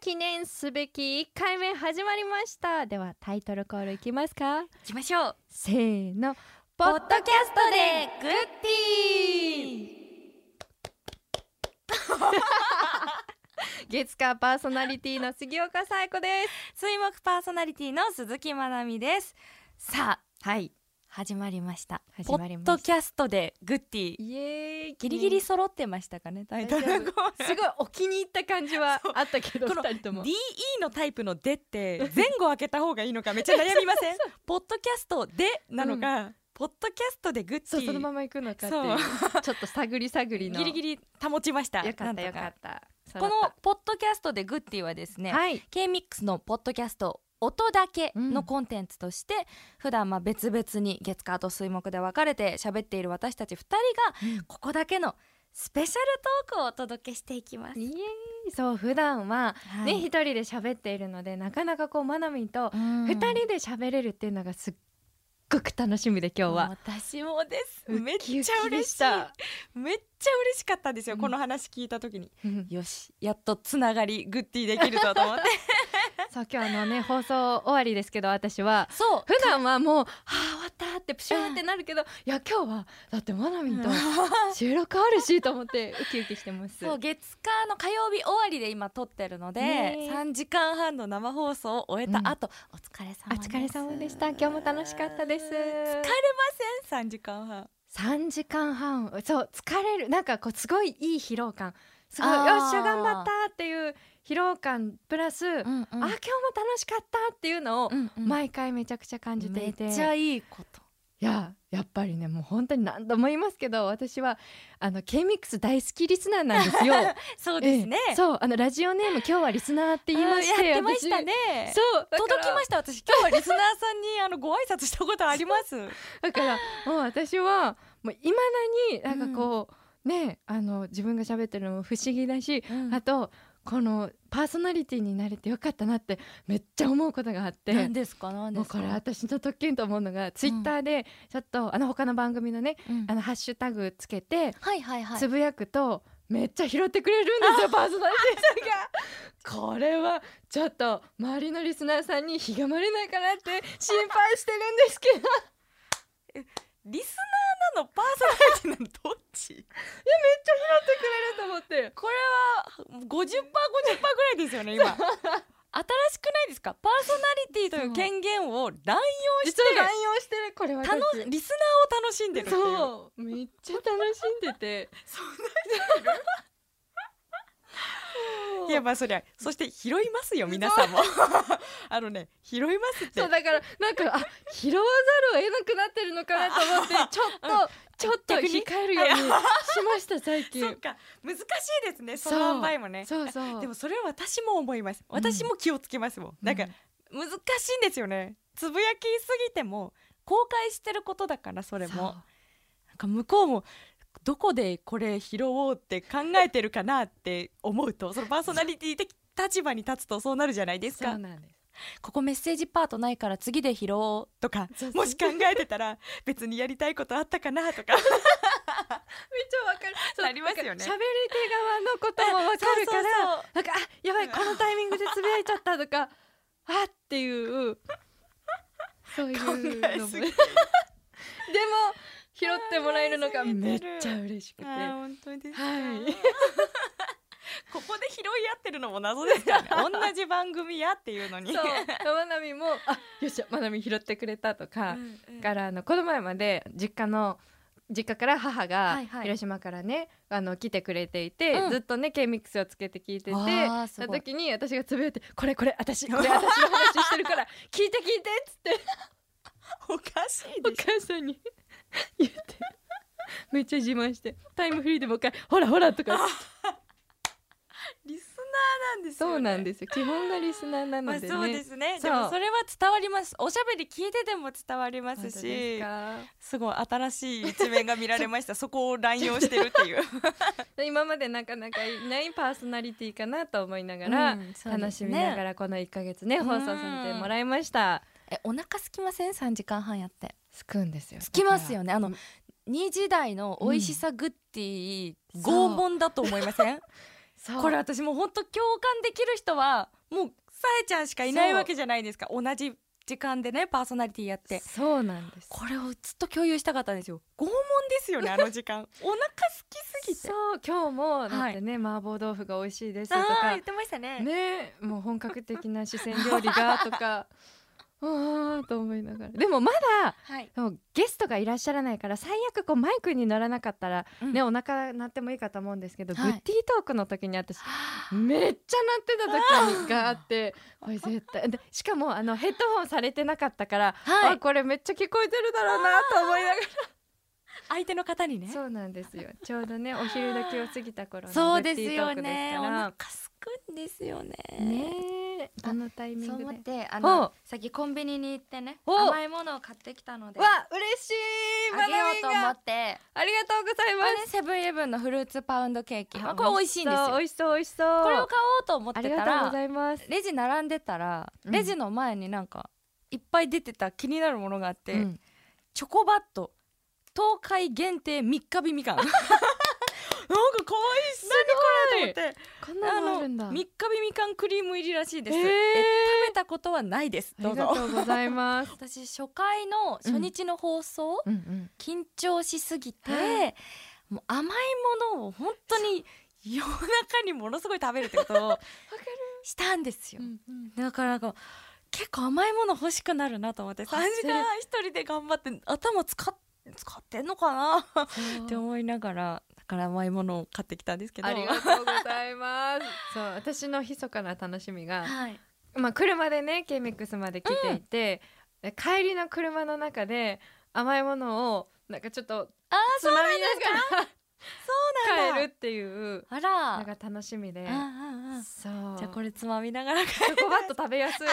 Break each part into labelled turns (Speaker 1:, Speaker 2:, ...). Speaker 1: 記念すべき1回目始まりましたではタイトルコールいきますか
Speaker 2: 行きましょう
Speaker 1: せーのポ
Speaker 2: ポッ
Speaker 1: ッ
Speaker 2: ド
Speaker 1: ド
Speaker 2: キ
Speaker 1: キ
Speaker 2: ャ
Speaker 1: ャ
Speaker 2: ス
Speaker 1: ス
Speaker 2: ト
Speaker 1: ト
Speaker 2: で
Speaker 1: で
Speaker 2: グ
Speaker 1: グッ
Speaker 2: ッ
Speaker 1: ディ
Speaker 2: デ
Speaker 1: ー月火パーソナリティの杉岡彩子です
Speaker 2: 水木パーソナリティの鈴木まなみですさあ
Speaker 1: はい
Speaker 2: 始まりました
Speaker 1: 始まりました
Speaker 2: ポッドキャストでグッディー
Speaker 1: イエーイ
Speaker 2: ギリギリ揃ってましたかねタイトルコー
Speaker 1: 大
Speaker 2: ル
Speaker 1: 丈すごいお気に入った感じはあったけど
Speaker 2: この
Speaker 1: 二人とも
Speaker 2: DE のタイプの「で」って前後開けた方がいいのかめっちゃ悩みま せんポッドキャストでなのか、ポッドキャストでグッデ
Speaker 1: そう
Speaker 2: ィー
Speaker 1: そのまま行くのかっていうちょっと探り探りの
Speaker 2: ギリギリ保ちました
Speaker 1: よか
Speaker 2: な
Speaker 1: っ
Speaker 2: んと
Speaker 1: たよかった
Speaker 2: このポッドキャストでグッディはですね、
Speaker 1: はい
Speaker 2: K-MIX のポッドキャスト音だけのコンテンツとして、普段まあ別々に月火と水木で分かれて喋っている私たち2人
Speaker 1: うん
Speaker 2: がここだけのスペシャルトークをお届けしていきます。
Speaker 1: イエーイそう普段は
Speaker 2: は
Speaker 1: ね
Speaker 2: い
Speaker 1: 一、人で喋っているのでなかなかこうまなみんと
Speaker 2: うん
Speaker 1: 二人で喋れるっていうのがすっごく楽しみで今日は、
Speaker 2: 私もです
Speaker 1: ウッキウキ
Speaker 2: めっちゃ
Speaker 1: で
Speaker 2: 嬉し
Speaker 1: し
Speaker 2: い
Speaker 1: た
Speaker 2: めっちゃ嬉しかったんですよ、
Speaker 1: うん
Speaker 2: この話聞いた時に
Speaker 1: うん
Speaker 2: よしやっとつながりグッディできるぞと思って
Speaker 1: そう今日あのね放送終わりですけど私は
Speaker 2: そう
Speaker 1: 普段はもう「はあ終わった」ってプシューってなるけど、いや今日はだってまなみんと収録あるしと思ってウキウキしてます
Speaker 2: そう月火の火曜日終わりで今撮ってるので、
Speaker 1: ねえ
Speaker 2: 3時間半の生放送を終えた後、お疲れ
Speaker 1: お
Speaker 2: 様です
Speaker 1: 疲れ様でした今日も楽しかったです
Speaker 2: 疲れません3時間半
Speaker 1: 3時間半そう疲れるなんかこうすごいいい疲労感すごい
Speaker 2: あ
Speaker 1: よ
Speaker 2: ー
Speaker 1: っしゃ頑張ったっていう疲労感プラス、あ今
Speaker 2: ん
Speaker 1: 日も楽しかったっていうのを
Speaker 2: うんうん
Speaker 1: 毎回めちゃくちゃ感じていて、
Speaker 2: めっ
Speaker 1: い
Speaker 2: ちゃいいこと
Speaker 1: ややっぱりねもう本当に何度も言いますけど私はあの K-MIX 大好きリスナーなんですよ
Speaker 2: そうですね、
Speaker 1: ええそうあのラジオネーム今日はリスナーって言いまし
Speaker 2: あ
Speaker 1: て
Speaker 2: やってましたね
Speaker 1: 私そうだから
Speaker 2: 届きました私今日はリスナーさんにあのご挨拶したことあります
Speaker 1: だからもう私はもういまだになんかこう、ねあの自分が喋ってるのも不思議だし、
Speaker 2: うん
Speaker 1: あとこのパーソナリティになれてよかったなってめっちゃ思うことがあって。
Speaker 2: 何ですか何で
Speaker 1: もう
Speaker 2: すか
Speaker 1: これ私の特権と思うのがツイッターでちょっとあの他の番組のね
Speaker 2: うん
Speaker 1: あのハッシュタグつけて
Speaker 2: はいはいはい
Speaker 1: つぶやくとめっちゃ拾ってくれるんですよパーソナリティさんがこれはちょっと周りのリスナーさんにひがまれないかな って心配してるんですけど
Speaker 2: リスナーなのパーソナリティなのどっち
Speaker 1: と思って
Speaker 2: これは50%50% ぐらいですよね今新しくないですかパーソナリティという権限を乱用し
Speaker 1: 実
Speaker 2: て
Speaker 1: は乱用してるこれは
Speaker 2: 楽
Speaker 1: だって
Speaker 2: リスナーを楽しんでるっていう
Speaker 1: そうめっちゃ楽しんで てそう
Speaker 2: いやまあそりゃそして拾いますよ皆さんも あのね拾いますって
Speaker 1: そうだからなんかあ拾わざるを得なくなってるのかなと思って ちょっと、ちょっと
Speaker 2: 逆に
Speaker 1: 控えるようにしました最近
Speaker 2: そっか難しいですねそ
Speaker 1: そう
Speaker 2: の場合もね
Speaker 1: そうそう
Speaker 2: でもそれは私も思います私も気をつけますもん、なんか難しいんですよねつぶやきすぎても公開してることだからそれもなんか向こうもどこでこれ拾おうって考えてるかなって思うとそのパーソナリティ的立場に立つとそうなるじゃないです
Speaker 1: そうそ
Speaker 2: か
Speaker 1: うなんです
Speaker 2: ここメッセージパートないから次で拾おうとか
Speaker 1: そうそう
Speaker 2: もし考えてたら別にやりたいことあったかなと か
Speaker 1: めっちゃわかるそう
Speaker 2: なります
Speaker 1: な
Speaker 2: よね
Speaker 1: んか喋り手側のこともわかるから
Speaker 2: そうそうそう
Speaker 1: なんかあやばいこのタイミングでつぶやいちゃったとか あっていうそういう
Speaker 2: 考え
Speaker 1: のも
Speaker 2: す
Speaker 1: で
Speaker 2: ぎ
Speaker 1: も拾ってもらえるのがめっちゃ嬉しくて
Speaker 2: あー本当ですか
Speaker 1: はい
Speaker 2: ここで拾い合ってるのも謎ですからね 同じ番組やっていうのに
Speaker 1: そう まなみも「あよっしゃまなみ拾ってくれた」とか、
Speaker 2: うんうん
Speaker 1: からあのこの前まで実家の実家から母が
Speaker 2: はいはい
Speaker 1: 広島からねあの来てくれていて、
Speaker 2: うん
Speaker 1: ずっとね K ミックスをつけて聞いてて
Speaker 2: わーすごい
Speaker 1: た時に私がつぶやいて「これこれ 私これ私の話してるから聞いて聞いて」っつって
Speaker 2: おかしい
Speaker 1: お
Speaker 2: でしょ
Speaker 1: 母さんに 言ってめっちゃ自慢して「タイムフリーでもう一回ほらほら」とか
Speaker 2: リスナーなんですよね
Speaker 1: そうなんですよ基本がリスナーな
Speaker 2: ま
Speaker 1: の
Speaker 2: あ
Speaker 1: で
Speaker 2: そうで
Speaker 1: ね。
Speaker 2: すね。で
Speaker 1: そう
Speaker 2: もそれは伝わります。おしゃべり聞いてても伝わりま
Speaker 1: 本当
Speaker 2: す
Speaker 1: です
Speaker 2: し、
Speaker 1: か
Speaker 2: すごい新しい一面が見られま した。そこを乱用してるっていう。
Speaker 1: 今までなかなかいないパーソナリティかなと思いながら、
Speaker 2: うんそうですね
Speaker 1: 楽しみながらこの1ヶ月ね放送させてもらいました。
Speaker 2: え、お腹すきません？3時間半やって。
Speaker 1: すくんですよ。
Speaker 2: すきますよね。あの
Speaker 1: うん
Speaker 2: 2時台の美味しさグッディ、
Speaker 1: うん
Speaker 2: 拷問だと思いません？
Speaker 1: そう
Speaker 2: これ私もう本当共感できる人は
Speaker 3: もうさえちゃんしかいないわけじゃないですか同じ時間でねパーソナリティやって
Speaker 1: そうなんです
Speaker 3: これをずっと共有したかったんですよ拷問です よねあの時間お腹すきすぎて
Speaker 1: そう今日もだってね、麻婆豆腐が美味しいですと
Speaker 3: あー
Speaker 1: か
Speaker 3: 言ってましたね
Speaker 1: ねもう本格的な四川料理が とかうわーと思いながらでもまだ
Speaker 3: はい、
Speaker 1: でもゲストがいらっしゃらないから最悪こうマイクに乗らなかったら、
Speaker 3: うん
Speaker 1: ねお腹鳴ってもいいかと思うんですけど、
Speaker 3: はい
Speaker 1: グッディトークの時に私めっちゃ鳴ってた時があってこれ絶対でしかもあのヘッドホンされてなかったから、
Speaker 3: はい
Speaker 1: あこれめっちゃ聞こえてるだろうなと思いながら
Speaker 3: 相手の方にね
Speaker 1: そうなんですよちょうどねお昼時を過ぎた頃の
Speaker 3: そう
Speaker 1: グ
Speaker 3: で
Speaker 1: ッデ
Speaker 3: す
Speaker 1: ィトー
Speaker 3: よ
Speaker 1: ク
Speaker 3: ねお
Speaker 1: から
Speaker 3: 腹すくんですよね
Speaker 1: ねえあのタイミン
Speaker 2: そう
Speaker 1: グで
Speaker 2: 思
Speaker 1: わ
Speaker 2: ってあ
Speaker 1: おう
Speaker 2: のさっきコンビニに行ってね
Speaker 1: おう
Speaker 2: 甘いものを買ってきたのであ
Speaker 1: 嬉しい
Speaker 2: げようと思って
Speaker 1: ありがとうござい
Speaker 2: こ
Speaker 1: ま
Speaker 2: れねセブンイレブンのフルーツパウンドケーキまあ
Speaker 1: す
Speaker 2: これ美味しいんですよ
Speaker 1: 美味しそう美味しそう
Speaker 2: これを買おうと思っ
Speaker 1: あ
Speaker 2: て
Speaker 1: りが
Speaker 2: た
Speaker 1: とうご
Speaker 2: ら
Speaker 1: ざいます
Speaker 2: レジ並んでたら
Speaker 1: うん
Speaker 2: レジの前になんかいっぱい出てた気になるものがあって、
Speaker 1: うん
Speaker 2: チョコバット東海限定三日日 みかんなんか可愛いっす
Speaker 1: はい
Speaker 2: って
Speaker 1: こんなのあるんだ
Speaker 2: 三日日みかんクリーム入りらしいです、
Speaker 1: えー
Speaker 2: え食べたことはないですど
Speaker 1: あ
Speaker 2: う
Speaker 1: りが
Speaker 2: ぞ
Speaker 1: とうござい ます
Speaker 2: 私初回の初日の放送、
Speaker 1: うんうん
Speaker 2: 緊張しすぎて、
Speaker 1: は
Speaker 2: もう甘いものを本当に夜中にものすごい食べるってことをしたんですよ、だからなんか結構甘いもの欲しくなるなと思って3
Speaker 1: 焦る
Speaker 2: 時間一人で頑張って頭使っ使ってんのかな って
Speaker 1: そう
Speaker 2: 思いながらだから甘いものを買ってきたんですけど
Speaker 1: ありがとうございます そう私の密かな楽しみが
Speaker 2: はい、
Speaker 1: まあ、車でね KMX まで来ていて、で帰りの車の中で甘いものをなんかちょっと
Speaker 2: あー
Speaker 1: つまみな
Speaker 2: そう
Speaker 1: がら
Speaker 2: なんだ
Speaker 1: 帰るっていう
Speaker 2: あら
Speaker 1: のが楽しみで
Speaker 2: うんうんうん
Speaker 1: そう
Speaker 2: じゃあこれつまみながら帰
Speaker 1: チョコバット食べやすい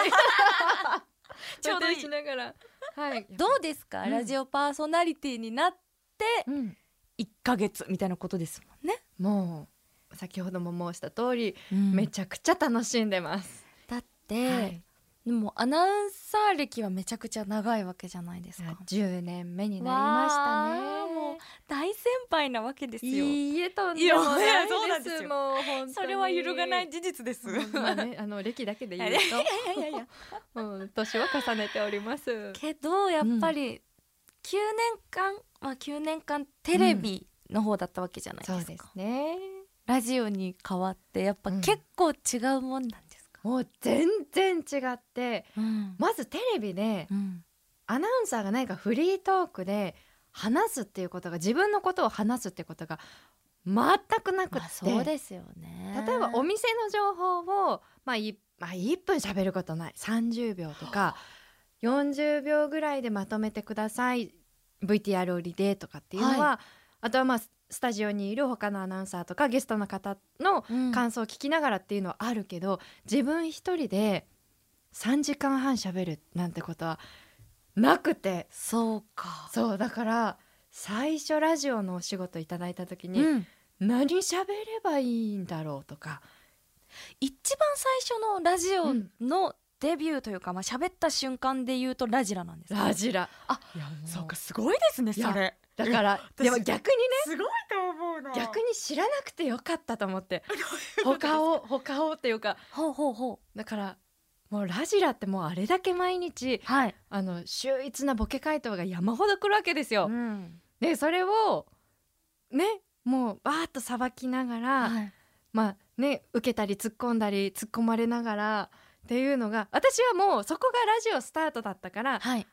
Speaker 2: ちょうどいい
Speaker 1: 運転しながらはい
Speaker 2: どうですか、
Speaker 1: うん
Speaker 2: ラジオパーソナリティになって
Speaker 1: うん
Speaker 2: 1ヶ月みたいなことですもんね、
Speaker 1: もう先ほども申した通り、めちゃくちゃ楽しんでます、
Speaker 2: だって、
Speaker 1: はい
Speaker 2: でもアナウンサー歴はめちゃくちゃ長いわけじゃないですか
Speaker 1: 10年目になりました
Speaker 2: わー
Speaker 1: ね
Speaker 2: もう大先輩なわけですよ
Speaker 1: いいえとんでも
Speaker 2: いや
Speaker 1: な
Speaker 2: い
Speaker 1: い
Speaker 2: やそうなん
Speaker 1: で
Speaker 2: ですすよ
Speaker 1: もう本当に
Speaker 2: それは揺るがない事実です
Speaker 1: もう今ね、 あの歴だけで言う
Speaker 2: い やいやいや
Speaker 1: と、うん、 年を重ねております。
Speaker 2: けどやっぱり9年間、まあ9年間テレビの方だったわけじゃないですか、
Speaker 1: ね。
Speaker 2: ラジオに変わってやっぱ
Speaker 1: うん
Speaker 2: 結構違うもんなんですか、
Speaker 1: もう全然違って、
Speaker 2: うん
Speaker 1: まずテレビで
Speaker 2: うん
Speaker 1: アナウンサーが何かフリートークで話すっていうことが自分のことを話すってことが全くなく
Speaker 2: ま
Speaker 1: っ
Speaker 2: あ、
Speaker 1: て、
Speaker 2: そうですよね
Speaker 1: 例えばお店の情報をまあいまあ1分喋ることない30秒とか40秒ぐらいでまとめてください VTR をリレーとかっていうのは、
Speaker 2: は
Speaker 1: あとはまあススタジオにいる他のアナウンサーとかゲストの方の
Speaker 2: うん
Speaker 1: 感想を聞きながらっていうのはあるけど、自分一人で3時間半喋るなんてことはなくて
Speaker 2: そうか
Speaker 1: そうだから最初ラジオのお仕事いただいた時に、
Speaker 2: うん
Speaker 1: 何喋ればいいんだろうとか
Speaker 2: 一番最初のラジオのデビューというか、まあ喋った瞬間で言うとラジラなんですか
Speaker 1: ラジラ
Speaker 2: あ
Speaker 3: そうかすごいですね
Speaker 1: いや
Speaker 3: それ
Speaker 1: だから
Speaker 3: 私
Speaker 1: でも逆にね
Speaker 3: すごいと思うな
Speaker 1: 逆に知らなくてよかったと 思って
Speaker 3: ことですか
Speaker 1: 他を他をっていうか
Speaker 2: ほうほうほう
Speaker 1: だからもうラジラってもうあれだけ毎日
Speaker 2: はい、
Speaker 1: あの秀逸なボケ回答が山ほど来るわけですよ。
Speaker 2: ん
Speaker 1: でそれをねもうバーッとさばきながら、
Speaker 2: はい、
Speaker 1: まあね受けたり突っ込んだり突っ込まれながらっていうのが私はもうそこがラジオスタートだったから
Speaker 2: はい、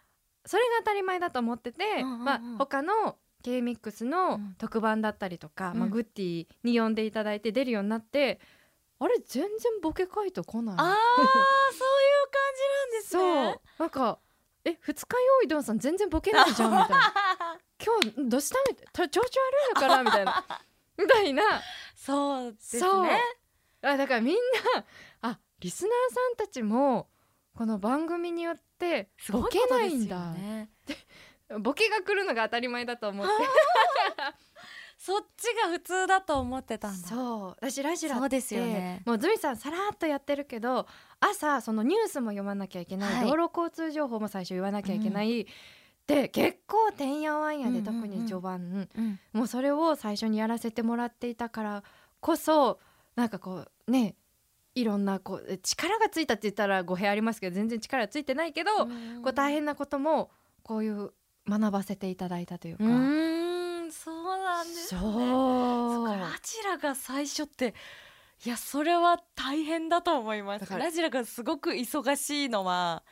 Speaker 1: それが当たり前だと思ってて、
Speaker 2: うんうんうん
Speaker 1: まあ、他の KMIX
Speaker 2: う
Speaker 1: の
Speaker 2: ん
Speaker 1: 特番だったりとか、まあ、
Speaker 2: うん
Speaker 1: グッディに呼んでいただいて出るようになって、あれ全然ボケ回答来ない
Speaker 2: あーそういう感じなんですね
Speaker 1: そうなんかえ二日酔いどんさん全然ボケないじゃんみたいな今日どうしたみたいな調子悪いのかなみたい なみたいな
Speaker 2: そうですね
Speaker 1: そうあだからみんなあリスナーさんたちもこの番組によって
Speaker 2: す
Speaker 1: ボ
Speaker 2: ごい
Speaker 1: ケ
Speaker 2: こと
Speaker 1: な
Speaker 2: で
Speaker 1: い
Speaker 2: す
Speaker 1: ん
Speaker 2: よ
Speaker 1: だ、
Speaker 2: ね
Speaker 1: ボケが来るのが当たり前だと思って
Speaker 2: そっちが普通だと思ってたんだ
Speaker 1: そう私ラジラって
Speaker 2: そうですよね
Speaker 1: もうズミさんさらっとやってるけど朝そのニュースも読まなきゃいけない、
Speaker 2: はい
Speaker 1: 道路交通情報も最初言わなきゃいけない、で結構てんやわんや
Speaker 2: うんうん
Speaker 1: で
Speaker 2: うん
Speaker 1: 特に序盤、
Speaker 2: うん
Speaker 1: もうそれを最初にやらせてもらっていたからこそなんかこうねいろんなこう力がついたって言ったら語弊ありますけど全然力ついてないけど、こう大変なこともこういう学ばせていただいたというか。
Speaker 2: うーんそうなんです
Speaker 1: そ
Speaker 2: ね
Speaker 1: う
Speaker 2: そっかラジラが最初っていやそれは大変だと思いま
Speaker 1: だ
Speaker 2: す
Speaker 1: から
Speaker 2: ラジラがすごく忙しいのは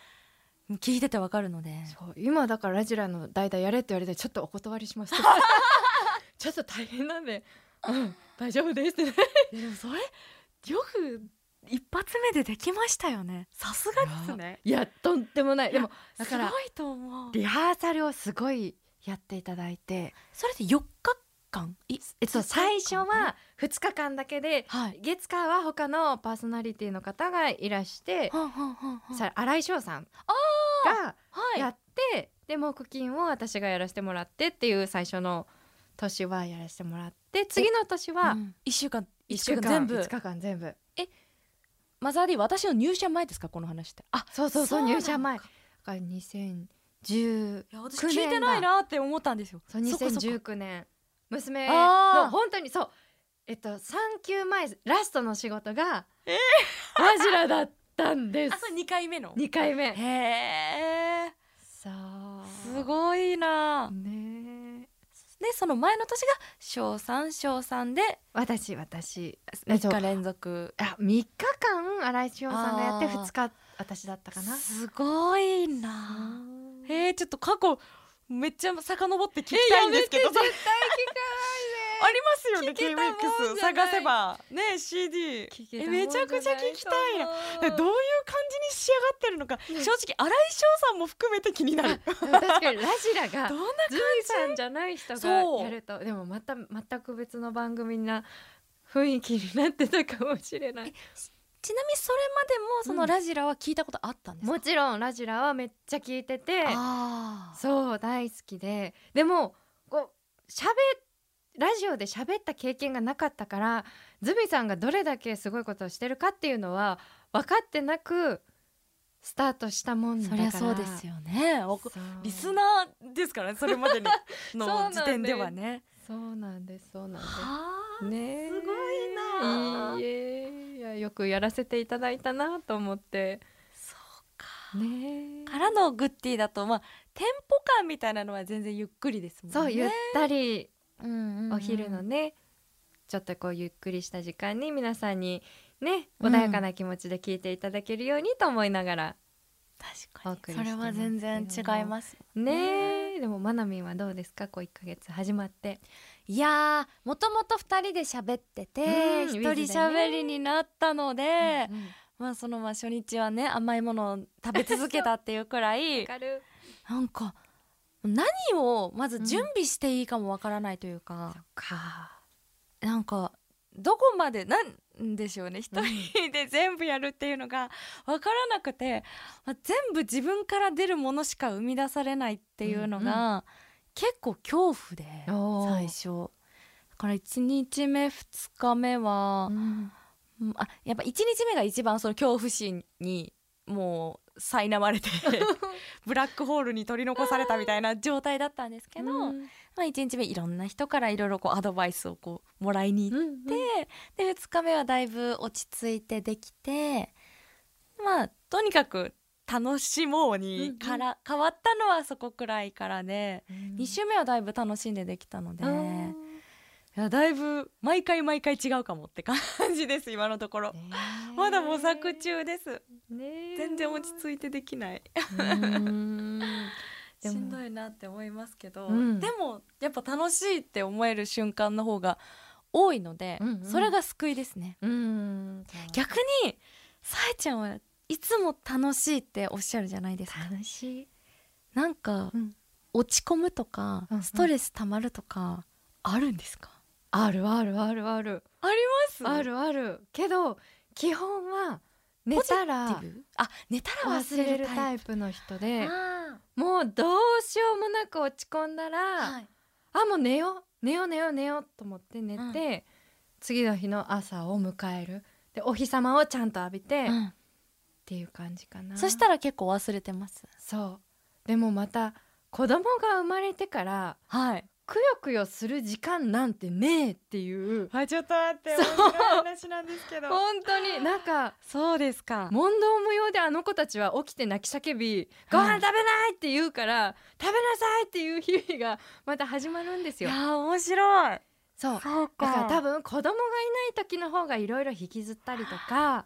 Speaker 2: 聞いててわかるので
Speaker 1: そう今だからラジラの代打やれって言われてちょっとお断りしましたちょっと大変なんで、うん、大丈夫ですって
Speaker 2: でもそれよく一発目でできましたよねさすがですね
Speaker 1: いやとんでもないでもだ
Speaker 2: すご
Speaker 1: から
Speaker 2: いと思う
Speaker 1: リハーサルをすごいやっていただいて、
Speaker 2: それで4日間い
Speaker 1: えっと、最初は2日間だけで
Speaker 2: はい
Speaker 1: 月火は他のパーソナリティの方がいらして、
Speaker 2: はんはんはんはん
Speaker 1: さ新井翔さんが
Speaker 2: はい
Speaker 1: やって、で木金を私がやらせてもらってっていう最初の年はやらせてもらって次の年は
Speaker 2: うん一週間
Speaker 1: 1週
Speaker 2: 一
Speaker 1: 間
Speaker 2: 全部
Speaker 1: 5日間全部
Speaker 2: マザーディ私の入社前ですかこの話ってあ
Speaker 1: そうそうそう
Speaker 2: そうなの
Speaker 1: 入
Speaker 2: か
Speaker 1: 社前が2010
Speaker 2: いや私
Speaker 1: 九年だ
Speaker 2: 聞いてないなって思ったんですよ
Speaker 1: そう
Speaker 2: そっかそっか
Speaker 1: 2019年娘
Speaker 2: あ
Speaker 1: の
Speaker 2: ー
Speaker 1: 本当にそうえっと産休前ラストの仕事がマジラだったんです
Speaker 2: あそれ2回目の
Speaker 1: 2回目
Speaker 2: へえ
Speaker 1: そう
Speaker 2: すごいな
Speaker 1: ねえ
Speaker 2: でその前の年が小三小三で
Speaker 1: 私私え
Speaker 2: 3
Speaker 1: そう
Speaker 2: 日連続
Speaker 1: あ3日間新井千穂さんがやって
Speaker 2: あー
Speaker 1: 2日私だったかな
Speaker 2: すごいな
Speaker 1: え
Speaker 2: へえちょっと過去めっちゃ遡って聞きたいんですけど、
Speaker 1: えやめて絶
Speaker 2: ありますよね
Speaker 1: 聞け
Speaker 2: k
Speaker 1: た
Speaker 2: w
Speaker 1: もんじ
Speaker 2: i x
Speaker 1: ゃない
Speaker 2: 探せばね CD
Speaker 1: 聞け
Speaker 2: え
Speaker 1: たもんじゃない
Speaker 2: めちゃくちゃ聞きたいな
Speaker 1: そん
Speaker 2: え
Speaker 1: な
Speaker 2: どういう感じに仕上がってるのか正
Speaker 1: ね
Speaker 2: 直新井翔さんも含めて気になる
Speaker 1: でも確かにラジラが
Speaker 2: どんな
Speaker 1: ズイさんじゃない人
Speaker 2: そう
Speaker 1: がやるとでもまた全く別の番組な雰囲気になってたかもしれない
Speaker 2: ちなみにそれまでもそのラジラは聞いたことあったんですか、
Speaker 1: もちろんラジラはめっちゃ聞いてて
Speaker 2: あー
Speaker 1: そう大好きででもこう喋ラジオで喋った経験がなかったからズビさんがどれだけすごいことをしてるかっていうのは分かってなくスタートしたもんだ
Speaker 2: そ
Speaker 1: か
Speaker 2: り
Speaker 1: ら
Speaker 2: ゃそうですよねお
Speaker 1: そう
Speaker 2: リスナーですからねそれま でに
Speaker 1: そうな
Speaker 2: の
Speaker 1: んです
Speaker 2: 時点ではね
Speaker 1: そうなんですそうなんです
Speaker 2: はあ
Speaker 1: ねえ
Speaker 2: すごいない
Speaker 1: いえいやよくやらせていただいたなと思って
Speaker 2: そうか
Speaker 1: ねえ
Speaker 2: からのグッティだとまあテンポ感みたいなのは全然ゆっくりですもんね
Speaker 1: そうゆったり
Speaker 2: うんうんうん
Speaker 1: お昼のね、ちょっとこうゆっくりした時間に皆さんにね穏やかな気持ちで聞いていただけるようにと思いながら、
Speaker 2: 確
Speaker 1: お
Speaker 2: か
Speaker 1: 送
Speaker 2: に
Speaker 1: りして
Speaker 2: それ
Speaker 1: ますけ
Speaker 2: は
Speaker 1: ども
Speaker 2: 全然違います
Speaker 1: ねえでもまなみんはどうですかこう1ヶ月始まって
Speaker 2: いやーもともと2人で喋ってて
Speaker 1: うんウィズで
Speaker 2: 一、
Speaker 1: ね
Speaker 2: 人喋りになったので、
Speaker 1: うんうん
Speaker 2: まあそのまあ初日はね甘いものを食べ続けたっていうくらい
Speaker 1: わかる
Speaker 2: なんか何をまず準備していいかもわからないというか、
Speaker 1: か
Speaker 2: なんかどこまでなんでしょうね一人で全部やるっていうのが分からなくて、まあ、全部自分から出るものしか生み出されないっていうの
Speaker 1: う
Speaker 2: が結構恐怖で
Speaker 1: おー
Speaker 2: 最初だから1日目2日目は、
Speaker 1: うん
Speaker 2: うんあやっぱ1日目が一番その恐怖心にもう苛まれ てブラックホールに取り残されたみたいな状態だったんですけど、
Speaker 1: うん
Speaker 2: まあ、1日目いろんな人からいろいろこうアドバイスをこうもらいに行って
Speaker 1: うん
Speaker 2: で2日目はだいぶ落ち着いてできてまあとにかく楽しもうにから、変わったのはそこくらいからで、
Speaker 1: うん
Speaker 2: 2週目はだいぶ楽しんでできたので、
Speaker 1: あ
Speaker 2: い
Speaker 1: ー
Speaker 2: やだいぶ毎回毎回違うかもって感じです 今のところ、
Speaker 1: ねえ
Speaker 2: まだ模索中です
Speaker 1: ねえ
Speaker 2: 全然落ち着いてできない
Speaker 1: うん
Speaker 2: し
Speaker 1: でも
Speaker 2: んどいなって思いますけど、
Speaker 1: うん
Speaker 2: でもやっぱ楽しいって思える瞬間の方が多いので、
Speaker 1: うんうん
Speaker 2: それが救いですね
Speaker 1: うん
Speaker 2: 逆にさえちゃんはいつも楽しいっておっしゃるじゃないですか
Speaker 1: 楽しい
Speaker 2: なんか、
Speaker 1: うん
Speaker 2: 落ち込むとか、
Speaker 1: うんうん
Speaker 2: ストレス溜まるとかあるんですか
Speaker 1: あるあるあるある
Speaker 2: あります
Speaker 1: あるあるけど基本は寝
Speaker 2: ポジテ
Speaker 1: た
Speaker 2: ィ
Speaker 1: ら
Speaker 2: ブあ寝たら
Speaker 1: 忘
Speaker 2: 忘れ
Speaker 1: れ
Speaker 2: る
Speaker 1: る
Speaker 2: タ
Speaker 1: タ
Speaker 2: イ
Speaker 1: イプの人
Speaker 2: プ
Speaker 1: で
Speaker 2: あ
Speaker 1: もうどうしようもなく落ち込んだら、
Speaker 2: ーはい
Speaker 1: あもう寝よう寝よう寝よう寝ようと思って寝て、次の日の朝を迎えるでお日様をちゃんと浴びて、
Speaker 2: う
Speaker 1: っ
Speaker 2: ん
Speaker 1: ていう感じかな
Speaker 2: そしたら結構忘れてます
Speaker 1: そうでもまた子供が生まれてから
Speaker 2: はい
Speaker 1: くよくよする時間なんてねえっていう
Speaker 3: あちょっと待って
Speaker 1: そう
Speaker 3: 面白い話なんですけど
Speaker 1: 本当になんか
Speaker 2: そうですか
Speaker 1: 問答無用であの子たちは起きて泣き叫び「ご飯食べない!」って言うから「食べなさい!」っていう日々がまた始まるんです
Speaker 2: い
Speaker 1: よ
Speaker 2: や。ー面白い
Speaker 1: そう
Speaker 2: そう
Speaker 1: だから多
Speaker 2: 分
Speaker 1: 分子供がいない時の方がいろいろ引きずったりとか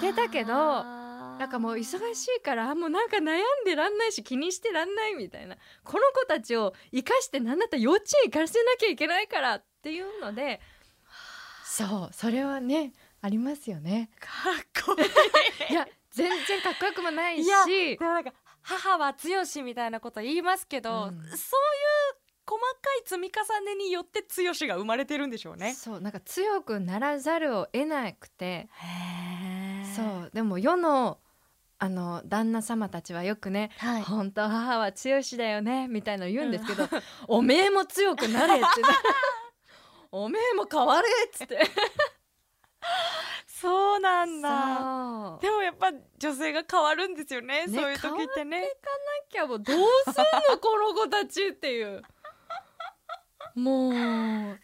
Speaker 1: してたけどなんかもう忙しいからあもうなんか悩んでらんないし気にしてらんないみたいなこの子たちを生かして何だったら幼稚園行かせなきゃいけないからっていうのでそうそれはねありますよ ね。
Speaker 2: かっこいい
Speaker 1: いや全然かっこよくもないし
Speaker 2: いやでもなんか母は強しみたいなこと言いますけど、
Speaker 1: うん
Speaker 2: そういう細かい積み重ねによって強しが生まれてるんでしょうね。
Speaker 1: そうなんか強くならざるを得なくて
Speaker 2: へ
Speaker 1: そ
Speaker 2: そう、
Speaker 1: うでも世のあの旦那様たちはよくね
Speaker 2: は
Speaker 1: 本当母は強しだよねみたいなの言うんですけど、 おめえも強くなれ っておめえも変われっつって
Speaker 3: そうなんだ
Speaker 1: な
Speaker 3: でもやっぱ女性が変わるんですよね
Speaker 1: ね
Speaker 3: そういう時ってね
Speaker 1: きゃもうどうすんのこの子たちっていうもう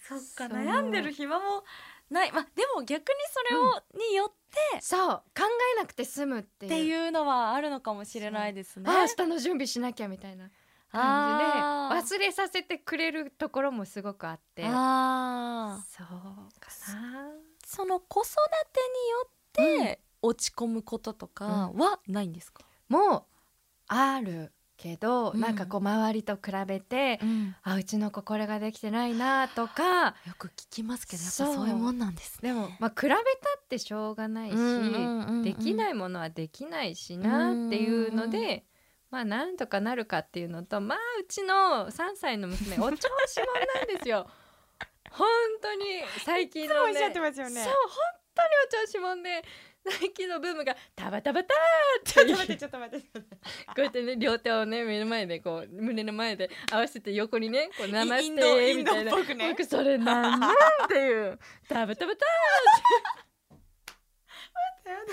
Speaker 2: そっか
Speaker 1: そう
Speaker 2: 悩んでる暇もないまあでも逆にそれを、によっ
Speaker 1: そう考えなくて済むっていう
Speaker 2: ていうのはあるのかもしれないですね。
Speaker 1: ああ明日の準備しなきゃみたいな
Speaker 2: あ
Speaker 1: 感じで忘れさせてくれるところもすごくあって
Speaker 2: ーあー
Speaker 1: そうかな
Speaker 2: その子育てによって落ち込むこととかはないんですか、
Speaker 1: もうあるけど、
Speaker 2: うん
Speaker 1: なんかこう周りと比べてあうちの子これができてないなとか
Speaker 2: よく聞きますけどやっぱ
Speaker 1: そう
Speaker 2: そういうもんなんですね。
Speaker 1: でも、まあ、比べたってしょうがないし、でき
Speaker 2: い
Speaker 1: ないものはできないしなっていうので、まあなんとかなるかっていうのとまあうちの3歳の娘お調子者なんですよ。 本当に最近の
Speaker 3: そうお
Speaker 1: ね
Speaker 3: っしゃってますよね
Speaker 1: そう本当にお調子者で最近のブームが「タバタバタ!」
Speaker 3: ちょっと待ってちょっと待って
Speaker 1: こうやってね両手をね目の前でこう胸の前で合わせて横にねこうナマ
Speaker 3: イ
Speaker 1: ス
Speaker 3: ンド
Speaker 1: テ
Speaker 3: イ
Speaker 1: み
Speaker 3: ンド
Speaker 1: たい
Speaker 3: っ
Speaker 1: な
Speaker 3: ぽく ね
Speaker 1: 僕それなんなんっていう食べ食べた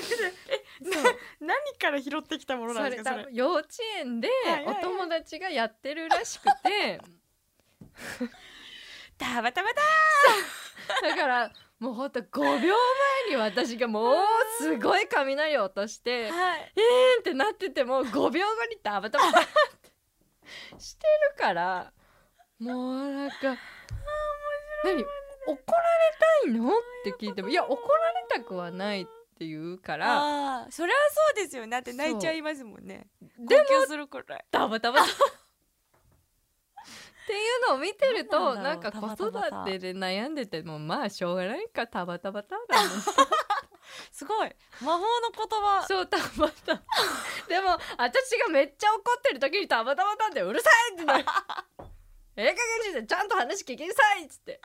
Speaker 3: 何から拾ってきたものな
Speaker 1: そ
Speaker 3: んで
Speaker 1: れ
Speaker 3: すか
Speaker 1: 多
Speaker 3: それ
Speaker 1: 分幼稚園で
Speaker 3: はいはい
Speaker 1: お
Speaker 3: はい
Speaker 1: 友達がやってるらしくて
Speaker 3: たまたまた
Speaker 1: だからもうほんと5秒前に私がもうすごい雷を落として「
Speaker 3: はい
Speaker 1: えーん!」ってなってても5秒後に「食べ食べた!」してるからもうなんか「何怒られたいの?」って聞いても「いや怒られたくはない」って言うから
Speaker 3: あーそれはそうですよねだって泣いちゃいますもんね
Speaker 1: う
Speaker 3: でもするくらい
Speaker 1: 「ダバダバ」っていうのを見てると
Speaker 2: な
Speaker 1: な
Speaker 2: んなんん
Speaker 1: か
Speaker 2: だろう
Speaker 1: 子
Speaker 2: タバタ
Speaker 1: 育
Speaker 2: バ
Speaker 1: てで悩んでてもまあしょうがないかタバタバタだもん
Speaker 3: すごい魔法の言葉
Speaker 1: そうたまたまでも私がめっちゃ怒ってる時にたまたまたんでうるさいってな るええ加減にしてちゃんと話聞きなさいっつって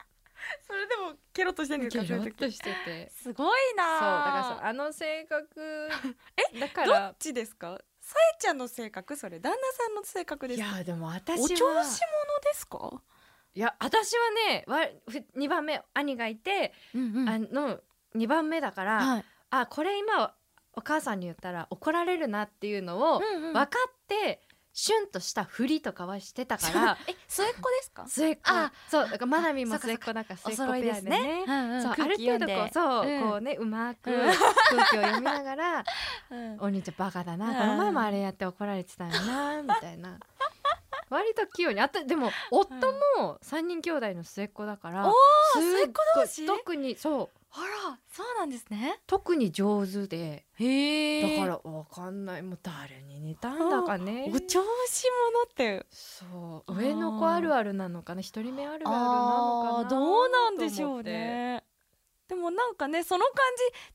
Speaker 3: それでもケロッとしてるんです
Speaker 1: ギ
Speaker 3: かそう
Speaker 1: ョ
Speaker 3: いう
Speaker 1: ロっ
Speaker 3: 時
Speaker 1: としてて
Speaker 2: すごいな
Speaker 1: そうだ
Speaker 2: ー
Speaker 1: からさあの性格えだか
Speaker 3: ど
Speaker 1: ら
Speaker 3: っちですかさえちゃんの性格それ旦那さんの性格ですか
Speaker 1: でも
Speaker 3: お
Speaker 1: 私
Speaker 3: 調子者ですか
Speaker 1: いや私はねわふ二番目兄がいて、
Speaker 2: うんうん
Speaker 1: あの二番目だから、
Speaker 2: はい
Speaker 1: あこれ今お母さんに言ったら怒られるなっていうのを
Speaker 2: うんうん
Speaker 1: 分かって、シュンとしたふりとかはしてたから
Speaker 2: え末っ子ですか
Speaker 1: 末っ子
Speaker 2: あ
Speaker 1: そうだからマナミも
Speaker 2: そう
Speaker 1: 末っ子
Speaker 2: かそう
Speaker 1: だから末っ
Speaker 2: お
Speaker 1: 子
Speaker 2: 揃い
Speaker 1: ペ
Speaker 2: で
Speaker 1: ア
Speaker 2: す
Speaker 1: でね
Speaker 2: ねうんうん
Speaker 1: そうあ
Speaker 2: 空
Speaker 1: る
Speaker 2: 気
Speaker 1: 程
Speaker 2: 読ん
Speaker 1: 度
Speaker 2: で
Speaker 1: こうそう、
Speaker 2: うん
Speaker 1: こうねうまく
Speaker 2: うん
Speaker 1: 空気を読みなが ら、
Speaker 2: うん
Speaker 1: お兄ちゃんバカだな、
Speaker 2: うん
Speaker 1: この前もあれやって怒られてたよなみたいな割と器用にあとでも夫も三人兄弟の末っ子だから、
Speaker 2: おー
Speaker 1: すっごい
Speaker 2: 末っ子同士
Speaker 1: 特にそう
Speaker 2: あらそうなんですね
Speaker 1: 特に上手で
Speaker 2: へ
Speaker 1: だ
Speaker 2: え
Speaker 1: からわかんないもう誰に似たんだかね
Speaker 3: お調子者って
Speaker 1: そう
Speaker 2: あー
Speaker 1: 上の子あるあるなのかな一人目あるあるなのか
Speaker 2: あ
Speaker 1: な
Speaker 2: ーどうなんでし
Speaker 1: と
Speaker 2: ょ
Speaker 1: 思
Speaker 2: う
Speaker 1: って
Speaker 2: ねでもなんかねその感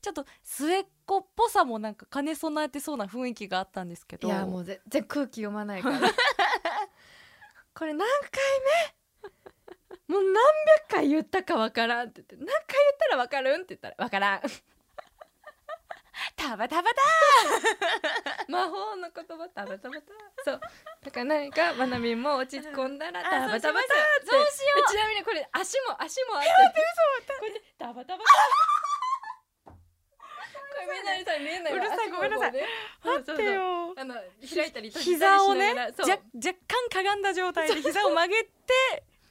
Speaker 2: じちょっと末っ子っぽさもなんか兼ね備えてそうな雰囲気があったんですけ
Speaker 1: い
Speaker 2: ど
Speaker 1: やもう全然空気読まないから これ何回目もう何百回言ったかわからんって言って何回言ったらわかるんって言ったらわからん
Speaker 2: タバタバ
Speaker 1: 魔法の言葉タバタバタそうだから何かまなみんも落ち込んだら
Speaker 2: タ
Speaker 1: タバタバタって
Speaker 2: そうしよ
Speaker 1: ちなみにこれ足も足もあってこうやってタバタバタこれ見ない人に見えないう
Speaker 3: るさいごめんなさい
Speaker 1: 待
Speaker 3: 待ってよ
Speaker 1: あの開いたり閉じたりし
Speaker 3: 膝をね
Speaker 1: ながらそう
Speaker 2: うじゃ若干かがんだ状態で膝を曲げて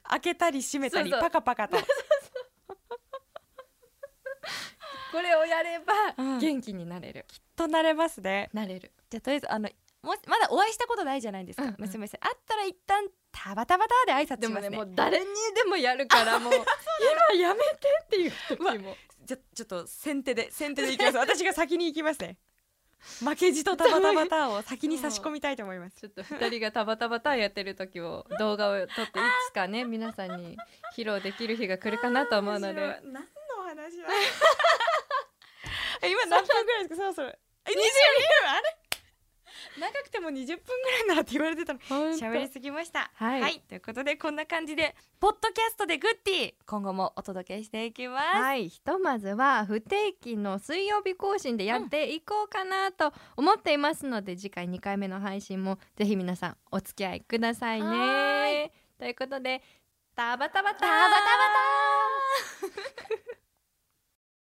Speaker 3: 開けたり閉めたり
Speaker 1: そうそう
Speaker 3: パカパカと
Speaker 1: これをやれ
Speaker 3: う
Speaker 1: ば
Speaker 3: ん
Speaker 1: 元気になれる、
Speaker 3: となれますね
Speaker 1: なれる
Speaker 2: じゃあとりあえずあのもしまだお会いしたことないじゃないですか、
Speaker 1: うんうん
Speaker 2: 娘さん会ったら一旦タバタバタで挨拶
Speaker 1: で
Speaker 2: し
Speaker 1: も
Speaker 2: ます
Speaker 1: ね
Speaker 2: ね
Speaker 1: もう誰にでもやるからもう今やめてっていう時も
Speaker 3: じゃちょっと先手で 先手でいきます私が先に行きますね負けじとタバタバタを先に差し込みたいと思います
Speaker 1: ちょっと二人がタバタバタやってる時を動画を撮っていつかね皆さんに披露できる日が来るかなと思うので
Speaker 3: 何の話だえ 今何分ぐらいですかそろそろえ22分あれ長くても20分ぐらいならって言われてたの
Speaker 2: 喋り
Speaker 1: 喋
Speaker 2: すぎました
Speaker 1: はい
Speaker 2: ということでこんな感じでポッドキャストでグッディ今後もお届けしていきます、
Speaker 1: はいひとまずは不定期の水曜日更新でやっていこうかなと思っていますので、次回2回目の配信もぜひ皆さんお付き合いください
Speaker 2: は
Speaker 1: ねということでタバタバタ
Speaker 2: タバタバタ